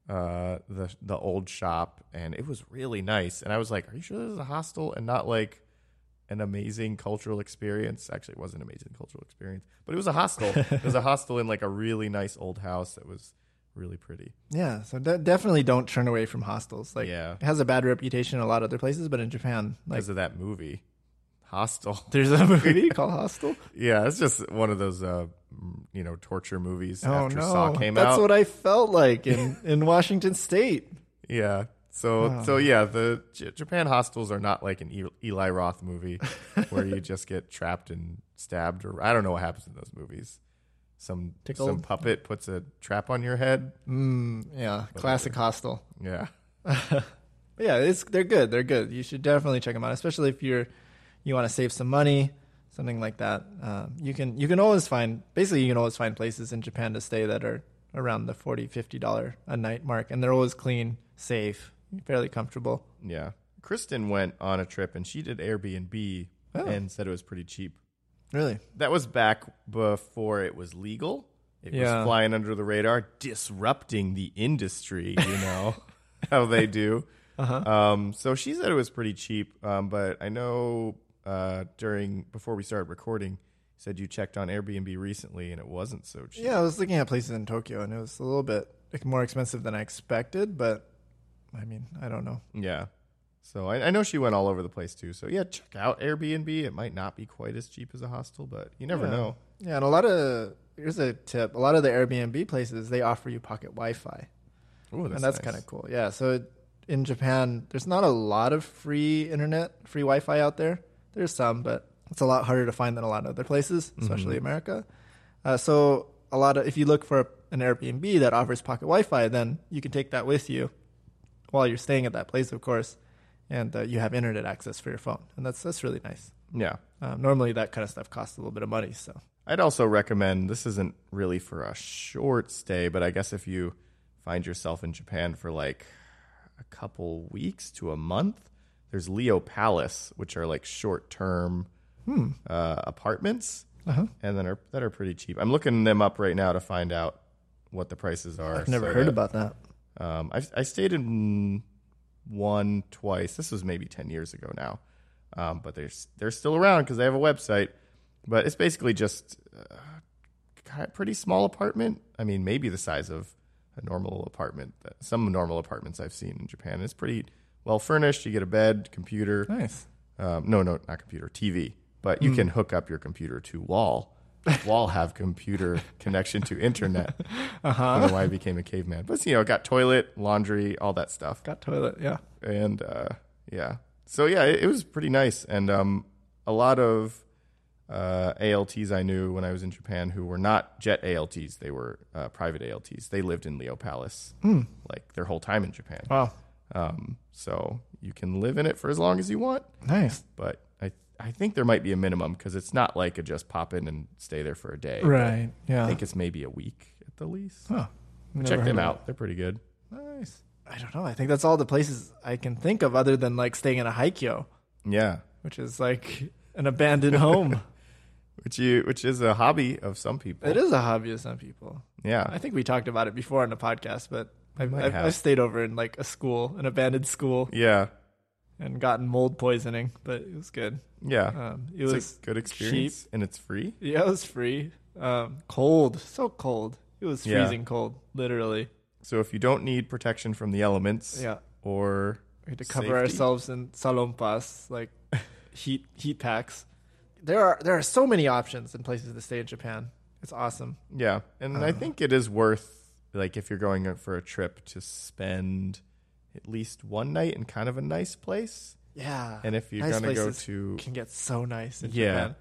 S2: uh, the the old shop, and it was really nice. And I was like, "Are you sure this is a hostel and not like an amazing cultural experience?" Actually, it was an amazing cultural experience, but it was a hostel. it was a hostel in like a really nice old house that was really pretty.
S1: Yeah, so de- definitely don't turn away from hostels. Like,
S2: Yeah.
S1: it has a bad reputation in a lot of other places, but in Japan, like,
S2: Because of that movie, Hostel.
S1: there's a movie called Hostel.
S2: Yeah, it's just one of those, uh, m- you know, torture movies
S1: Oh
S2: after
S1: no,
S2: Saw came
S1: that's
S2: out.
S1: what I felt like in in Washington State.
S2: yeah. So, so yeah, the J- Japan hostels are not like an E- Eli Roth movie where you just get trapped and stabbed, or I don't know what happens in those movies. Some
S1: Tickled.
S2: some puppet puts a trap on your head.
S1: Mm, yeah, classic hostel.
S2: Yeah,
S1: But yeah, it's they're good. They're good. You should definitely check them out, especially if you're you want to save some money, something like that. Um, you can you can always find basically you can always find places in Japan to stay that are around the 40 50 dollar a night mark and they're always clean, safe, fairly comfortable.
S2: yeah. Kristen went on a trip and she did Airbnb
S1: Oh.
S2: and said it was pretty cheap.
S1: Really?
S2: That was back before it was legal. It
S1: Yeah.
S2: was flying under the radar, disrupting the industry, you know, how they do.
S1: Uh-huh.
S2: Um, so she said it was pretty cheap, um, but I know uh, during before we started recording, you said you checked on Airbnb recently and it wasn't so cheap.
S1: Yeah, I was looking at places in Tokyo, and it was a little bit like, more expensive than I expected. But I mean, I don't know.
S2: Yeah. So I, I know she went all over the place too. So yeah, check out Airbnb. It might not be quite as cheap as a hostel, but you never
S1: yeah.
S2: know.
S1: Yeah, and a lot of here's a tip: a lot of the Airbnb places they offer you pocket Wi-Fi,
S2: Ooh,
S1: and that's
S2: nice.
S1: kind of cool. Yeah, so it, in Japan, there's not a lot of free internet, free Wi-Fi out there. There's some, but it's a lot harder to find than a lot of other places, especially America. Uh, so a lot of if you look for an Airbnb that offers pocket Wi-Fi, then you can take that with you while you're staying at that place, of course, and uh, you have internet access for your phone, and that's that's really nice.
S2: Yeah.
S1: Um, normally, that kind of stuff costs a little bit of money, so
S2: I'd also recommend this isn't really for a short stay, but I guess if you find yourself in Japan for like a couple weeks to a month, there's Leo Palace, which are like short term uh, apartments,
S1: Hmm. Uh-huh.
S2: and then are that are pretty cheap. I'm looking them up right now to find out what the prices are.
S1: I've never
S2: so
S1: heard
S2: that-
S1: about that.
S2: um, I, I stayed in one twice. This was maybe ten years ago now, um, but they're s- they're still around because they have a website. But it's basically just uh, ki- pretty small apartment. I mean, maybe the size of a normal apartment. that- Some normal apartments I've seen in Japan. It's pretty well furnished. You get a bed, computer.
S1: Nice.
S2: Um, no, no, not computer, TV. But you can hook up your computer to wall. wall have computer connection to internet. I don't know why I became a caveman. But, you know, it got toilet, laundry, all that stuff.
S1: Got toilet, yeah.
S2: And, uh, yeah. So, yeah, it, it was pretty nice. And um, a lot of uh, ALTs I knew when I was in Japan who were not jet ALTs. They were uh, private ALTs. They lived in Leo Palace like their whole time in Japan.
S3: Wow.
S2: Um, so you can live in it for as long as you want,
S3: Nice.
S2: but I I think there might be a minimum because it's not like a just pop in and stay there for a day.
S1: Right.
S2: I
S1: Yeah.
S2: think it's maybe a week at the least.
S3: Huh.
S1: Never
S2: Check
S1: heard
S2: them
S1: of
S2: out. They're pretty good.
S3: Nice.
S1: it. I don't know. I think that's all the places I can think of other than like staying in a haikyo,
S2: Yeah.
S1: which is like an abandoned home.
S2: Which you which is a hobby of some people.
S1: it is a hobby of some people. I
S2: Yeah.
S1: think we talked about it before on the podcast, but I've,
S2: might
S1: I've,
S2: have.
S1: I've stayed over in like a school, an abandoned school,
S2: Yeah.
S1: and gotten mold poisoning, but it was good.
S2: Yeah.
S1: Um, it
S2: it's
S1: was
S2: a good experience and it's free.
S1: yeah, it was free. Um, cold, so cold. It was
S2: Yeah.
S1: freezing cold, literally.
S2: So if you don't need protection from the elements
S1: Yeah,
S2: or
S1: we had to cover
S2: Safety.
S1: ourselves in salompas, like heat heat packs. There are there are so many options and places to stay in Japan. It's awesome.
S2: yeah, and
S1: Uh.
S2: I think it is worth like if you're going out for a trip to spend at least one night in kind of a nice place.
S1: Yeah,
S2: And if you're
S1: nice
S2: going to go
S1: places
S2: to
S1: can get so nice in
S2: Yeah.
S1: Japan.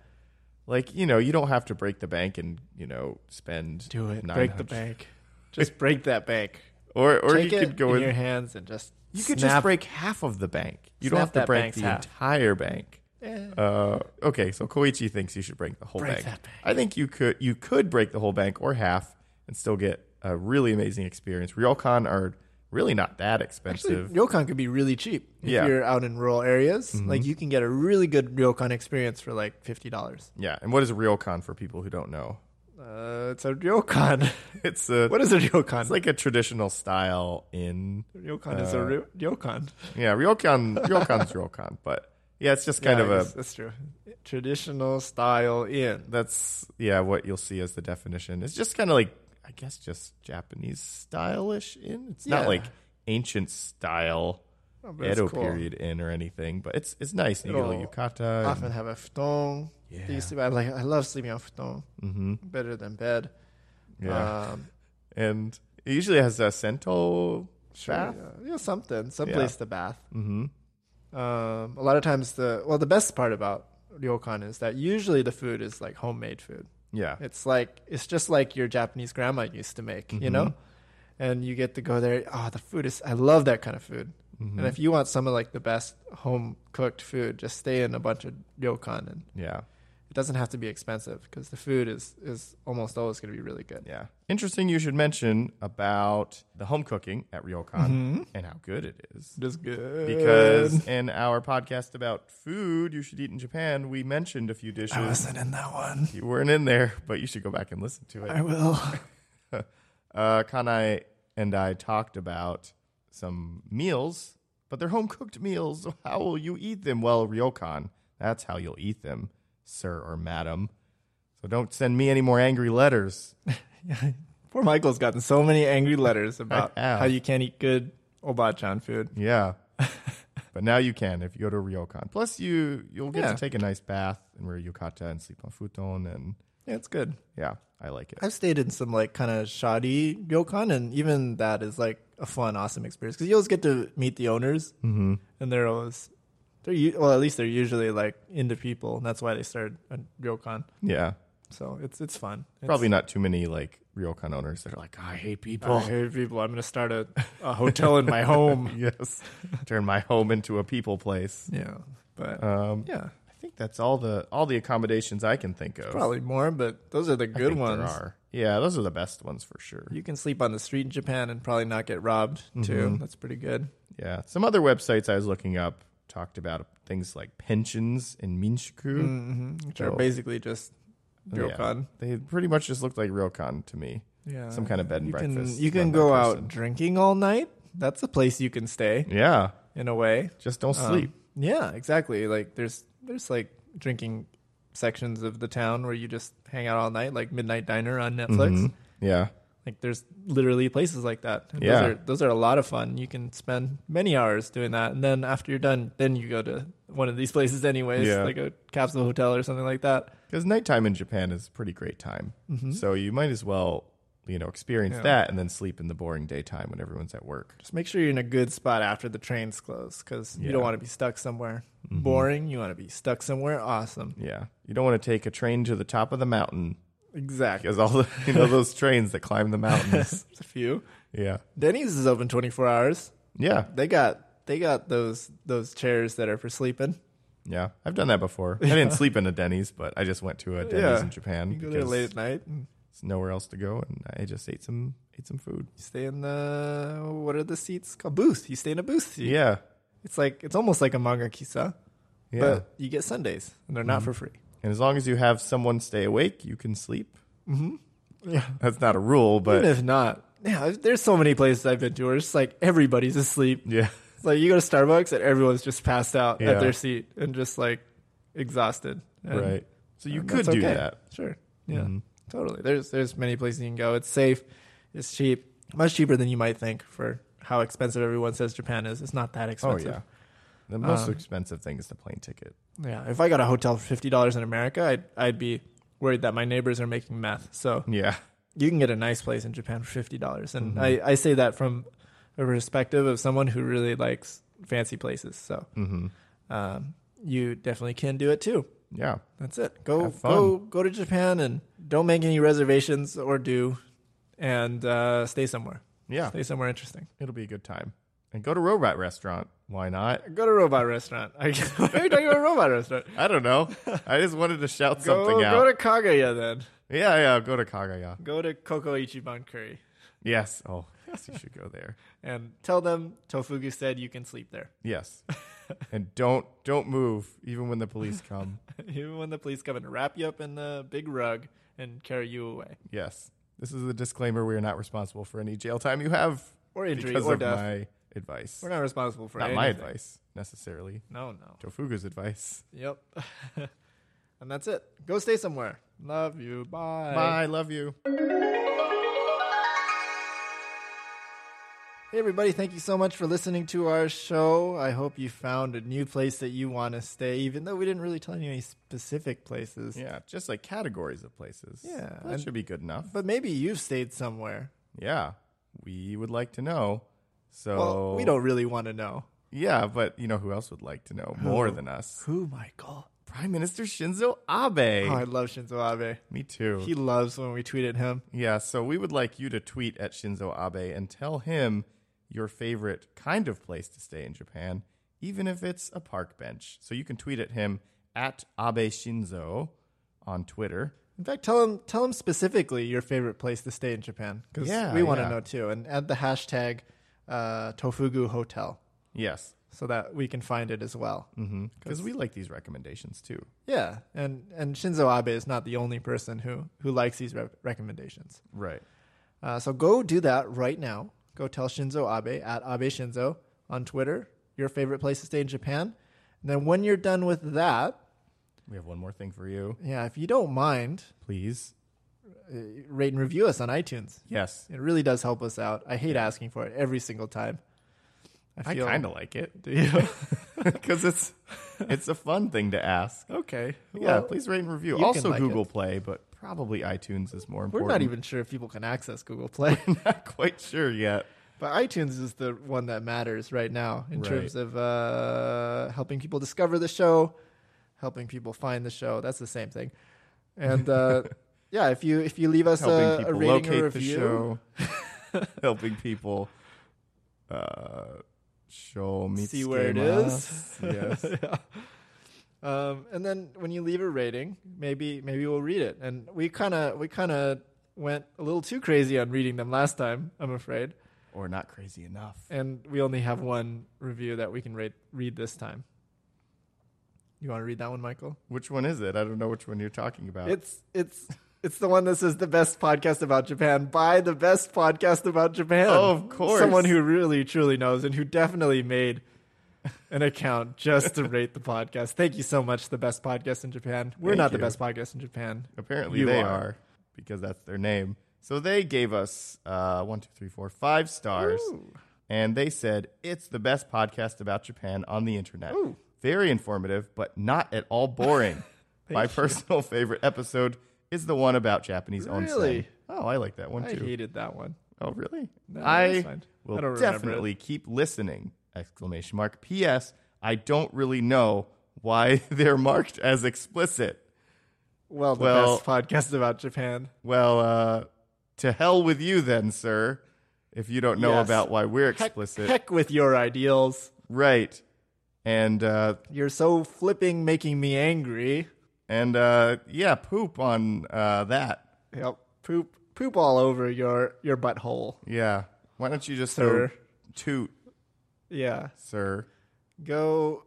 S2: like you know you don't have to break the bank and you know spend
S1: Do it. Break the
S2: 900
S1: bank. Just break that bank.
S2: or or
S1: Take
S2: you
S1: it
S2: could go
S1: in
S2: in
S1: your hands and just
S2: you could
S1: snap.
S2: just break half of the bank you
S1: Snap
S2: don't have to
S1: that
S2: break
S1: bank's
S2: the
S1: half.
S2: entire bank
S1: Eh.
S2: uh, okay so koichi thinks you should break the whole
S1: Break
S2: bank.
S1: that bank.
S2: i think you could you could break the whole bank or half and still get a really amazing experience ryokan are really not that expensive
S1: Ryokan could be really cheap if
S2: Yeah. Mm-hmm.
S1: you're out in rural areas. Like you can get a really good Ryokan experience for like fifty dollars.
S2: yeah and what is a ryokan for people who don't know
S1: Uh, it's a Ryokan.
S2: it's a
S1: what is a Ryokan?
S2: it's like Uh, a traditional style in
S1: Ryokan is a Ry- Ryokan.
S2: yeah ryokan ryokan's ryokan but yeah it's just kind
S1: Yeah,
S2: of
S1: I
S2: a
S1: guess that's true. Traditional style inn.
S2: that's yeah what you'll see as the definition it's just kind of like i guess just japanese stylish in it's
S1: Yeah.
S2: not like ancient style
S1: Oh, but it's
S2: edo
S1: cool.
S2: period in or anything but it's it's nice you get a little
S1: It'll uh,
S2: yukata
S1: Often have a futon.
S2: Yeah.
S1: You sleep- I like. I love sleeping on futon.
S2: hmm
S1: Better than bed.
S2: yeah
S1: Um,
S2: and it usually has a sento bath
S1: Yeah, yeah, something,
S2: Yeah.
S1: someplace to bath.
S2: hmm
S1: Um, a lot of times, the well, the best part about ryokan is that usually the food is like homemade food.
S2: yeah
S1: It's like it's just like your Japanese grandma used to make, you know.
S2: Mm-hmm.
S1: And you get to go there. Oh, the food is! I love that kind of food.
S2: Mm-hmm.
S1: And if you want some of like the best home cooked food, just stay in a bunch of ryokan, and
S2: yeah
S1: it doesn't have to be expensive because the food is is almost always going to be really good.
S2: yeah interesting you should mention about the home cooking at ryokan
S1: Mm-hmm.
S2: and how good it is
S1: It is good
S2: because in our podcast about food you should eat in japan we mentioned a few dishes
S1: I wasn't in that one.
S2: You weren't in there, but you should go back and listen to it.
S1: I will.
S2: Uh, Kanai and I talked about some meals, but they're home cooked meals. How will you eat them? Well, Ryokan, that's how you'll eat them, sir or madam. So don't send me any more angry letters.
S1: Poor Michael's gotten so many angry letters about
S2: I have.
S1: how you can't eat good obachan food.
S2: Yeah. but now you can if you go to Ryokan. Plus, you, you'll get
S1: Yeah.
S2: to take a nice bath and wear yukata and sleep on futon. And
S1: Yeah, it's good.
S2: yeah, I like it.
S1: I've stayed in some like kind of shoddy ryokan, and even that is like a fun, awesome experience because you always get to meet the owners, mm-hmm. and they're always they're u- well, at least they're usually like into people, and that's why they started a ryokan.
S2: Yeah.
S1: So it's it's fun. It's,
S2: Probably not too many like Ryokan owners that are like, "Oh, I hate people.
S1: I hate people. I'm gonna start a, a hotel in my home.
S2: yes. Turn my home into a people place.
S1: yeah, but
S2: Um,
S1: yeah,
S2: I think that's all the all the accommodations I can think of.
S1: probably more. But those are the
S2: I
S1: good
S2: think
S1: ones.
S2: There are. Yeah, those are the best ones for sure.
S1: You can sleep on the street in Japan and probably not get robbed too.
S2: Mm-hmm.
S1: That's pretty good.
S2: Yeah. Some other websites I was looking up talked about things like pensions in Minshiku.
S1: Mm-hmm. Which are
S2: So-
S1: basically just
S2: Yeah.
S1: ryokan.
S2: They pretty much just looked like Ryokan to me.
S1: Yeah.
S2: Some kind of bed and
S1: you
S2: breakfast.
S1: Can, you can
S2: run by
S1: go
S2: person.
S1: out drinking all night. That's a place you can stay
S2: Yeah.
S1: in a way.
S2: Just don't sleep.
S1: Um, yeah, exactly. Like there's there's like drinking sections of the town where you just hang out all night, like Midnight Diner on Netflix.
S2: Mhm. Yeah.
S1: Like there's literally places like that. And
S2: Yeah.
S1: Those are those are a lot of fun. You can spend many hours doing that. And then after you're done, then you go to one of these places anyways,
S2: Yeah.
S1: like a capsule hotel or something like that. Mm-hmm.
S2: Because nighttime in Japan is a pretty great time. So you might as well you know, experience that and then sleep in the boring daytime when everyone's at work.
S1: Just make sure you're in a good spot after the trains close because you don't want to be stuck somewhere
S2: Mm-hmm.
S1: boring. You want to be stuck somewhere awesome.
S2: Yeah. You don't want to take a train to the top of the mountain
S1: Exactly.
S2: because all the, you know those trains that climb the mountains.
S1: There's a few.
S2: yeah.
S1: Denny's is open 24 hours.
S2: Yeah.
S1: They got they got those those chairs that are for sleeping.
S2: Yeah. I've done that before. I didn't sleep in a Denny's, but I just went to a Denny's
S1: Yeah.
S2: in Japan
S1: You go there
S2: because
S1: late at night and
S2: there's nowhere else to go and I just ate some ate some food.
S1: you stay in the what are the seats called? Booth. You stay in a booth seat.
S2: Yeah.
S1: It's like it's almost like a manga kisa,
S2: Yeah. Mm-hmm.
S1: but you get Sundays and they're not for free.
S2: and as long as you have someone stay awake, you can sleep.
S1: Mm-hmm. Yeah.
S2: That's not a rule,
S1: Even
S2: but
S1: if not, yeah, there's so many places I've been to where it's just like everybody's asleep.
S2: yeah.
S1: It's like you go to Starbucks and everyone's just passed out
S2: Yeah.
S1: at their seat and just like exhausted. And-
S2: Right. So you
S1: and
S2: could
S1: that's
S2: do
S1: okay.
S2: that.
S1: Sure. Yeah.
S2: Mhm.
S1: Totally. There's there's many places you can go. It's safe. It's cheap. Much cheaper than you might think for how expensive everyone says Japan is. It's not that
S2: Oh
S1: expensive.
S2: yeah. The most
S1: Um,
S2: expensive thing is the plane ticket.
S1: yeah. If I got a hotel for fifty dollars in America, I'd I'd be worried that my neighbors are making meth. So
S2: Yeah.
S1: you can get a nice place in Japan for fifty dollars. And
S2: Mm-hmm.
S1: I, I say that from a perspective of someone who really likes fancy places. So
S2: hmm
S1: um, you definitely can do it too.
S2: Yeah.
S1: That's it. Go
S2: Have fun.
S1: go go to Japan and don't make any reservations or do, and uh, stay somewhere.
S2: Yeah.
S1: Stay somewhere interesting.
S2: It'll be a good time. And go to Robot Restaurant. Why not?
S1: Go to a robot restaurant. I- Why are you talking about a robot restaurant?
S2: I don't know. I just wanted to shout
S1: Go,
S2: something out.
S1: go to Kaguya then.
S2: yeah, yeah, go to Kagaya.
S1: Go to Koko Ichiban Curry
S2: Yes. Oh, yes, you should go there.
S1: and tell them Tofugu said you can sleep there,
S2: Yes. and don't don't move even when the police come.
S1: even when the police come and wrap you up in the big rug and carry you away
S2: Yes. This is a disclaimer we are not responsible for any jail time you have
S1: or injury
S2: because
S1: or
S2: of
S1: death.
S2: my advice.
S1: We're not responsible for
S2: not
S1: anything.
S2: my advice necessarily.
S1: No, no.
S2: Tofuga's advice.
S1: Yep. and that's it. Go stay somewhere. Love you.
S2: Bye, love you.
S1: Hey, everybody, thank you so much for listening to our show. I hope you found a new place that you want to stay, even though we didn't really tell you any specific places.
S2: Yeah, just like categories of places.
S1: Yeah,
S2: That
S1: and-
S2: should be good enough.
S1: But maybe you've stayed somewhere.
S2: Yeah. We would like to know. So
S1: Well, we don't really want to know.
S2: Yeah, but you know who else would like to know more
S1: Who?
S2: than us?
S1: Who, Michael?
S2: Prime Minister Shinzo Abe.
S1: Oh, I love Shinzo Abe.
S2: Me too.
S1: He loves when we tweet at him.
S2: yeah, so we would like you to tweet at Shinzo Abe and tell him your favorite kind of place to stay in Japan, even if it's a park bench. So you can tweet at him at Abe Shinzo on Twitter.
S1: In fact, tell him tell him specifically your favorite place to stay in Japan because
S2: Yeah,
S1: we want to
S2: yeah.
S1: know too. And add the hashtag uh, Tofugu Hotel
S2: Yes,
S1: so that we can find it as well.
S2: because we like these recommendations too.
S1: Yeah, and and Shinzo Abe is not the only person who who likes these re- recommendations.
S2: Right.
S1: Uh, so go do that right now. Go tell Shinzo Abe at Abe Shinzo on Twitter your favorite place to stay in Japan. And then when you're done with that,
S2: We have one more thing for you,
S1: yeah, if you don't mind,
S2: please.
S1: rate and review us on iTunes.
S2: Yes,
S1: It really does help us out. I hate asking for it every single time.
S2: I
S1: feel-
S2: kind of like it
S1: Do you?
S2: because it's it's a fun thing to ask.
S1: okay.
S2: Yeah,
S1: Well,
S2: please rate and review.
S1: you
S2: Also,
S1: can like
S2: Google Play, but probably iTunes is more
S1: We're
S2: important.
S1: not even sure if people can access Google Play.
S2: not quite sure yet.
S1: But iTunes is the one that matters right now in
S2: Right.
S1: terms of uh, helping people discover the show, helping people find the show. That's the same thing. And uh, yeah, if you if you leave us
S2: Helping
S1: a, a
S2: people
S1: rating
S2: locate
S1: or
S2: the
S1: review,
S2: show, helping people uh, show me
S1: see where it is.
S2: Yes,
S1: Yeah. Um, and then when you leave a rating, maybe maybe we'll read it. And we kind of we kind of went a little too crazy on reading them last time. I'm afraid.
S2: or not crazy enough.
S1: And we only have one review that we can rate, read this time. You want to read that one, Michael?
S2: Which one is it? I don't know which one you're talking about.
S1: It's it's it's the one that says the best podcast about Japan by the best podcast about Japan.
S2: Oh, of course.
S1: someone who really truly knows and who definitely made an account just to rate the podcast. Thank you so much, the best podcast in Japan. We're
S2: Thank
S1: not the
S2: you.
S1: best podcast in Japan.
S2: Apparently
S1: You
S2: they
S1: are.
S2: are. because that's their name. So they gave us uh, one, two, three, four, five stars, and they said it's the best podcast about Japan on the internet.
S1: Ooh.
S2: Very informative, but not at all boring. My personal favorite episode is the one about Japanese onsen.
S1: Really?
S2: Oh, I like that one
S1: I
S2: too.
S1: hated that one.
S2: oh, really?
S1: No, that's
S2: I
S1: fine.
S2: will
S1: I don't remember it.
S2: definitely keep listening! Exclamation mark. P.S. I don't really know why they're marked as explicit.
S1: Well, the
S2: Well-
S1: best podcast about Japan.
S2: Well, uh, to hell with you then, sir. If you don't know
S1: Yes.
S2: about why we're
S1: Heck-
S2: explicit,
S1: heck with your ideals.
S2: right? And uh,
S1: You're so flipping making me angry.
S2: and uh, yeah, poop on uh, that.
S1: Yep. Poop poop all over your your butthole.
S2: Yeah. Why don't you just
S1: Sir.
S2: go toot,
S1: Yeah.
S2: sir?
S1: Go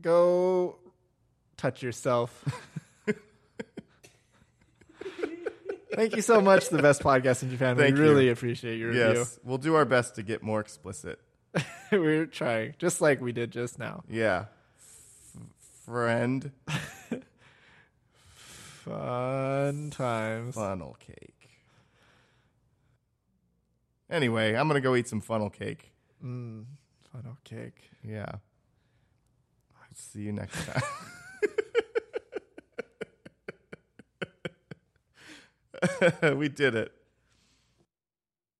S1: go touch yourself. Thank you so much, the best podcast in Japan.
S2: Thank
S1: we
S2: you.
S1: really appreciate your review.
S2: Yes. We'll do our best to get more explicit.
S1: We're trying, just like we did just now.
S2: Yeah. F- friend
S1: Fun times.
S2: funnel cake. Anyway, I'm gonna go eat some funnel cake.
S1: Mm, funnel cake.
S2: Yeah. see you next time. we did it.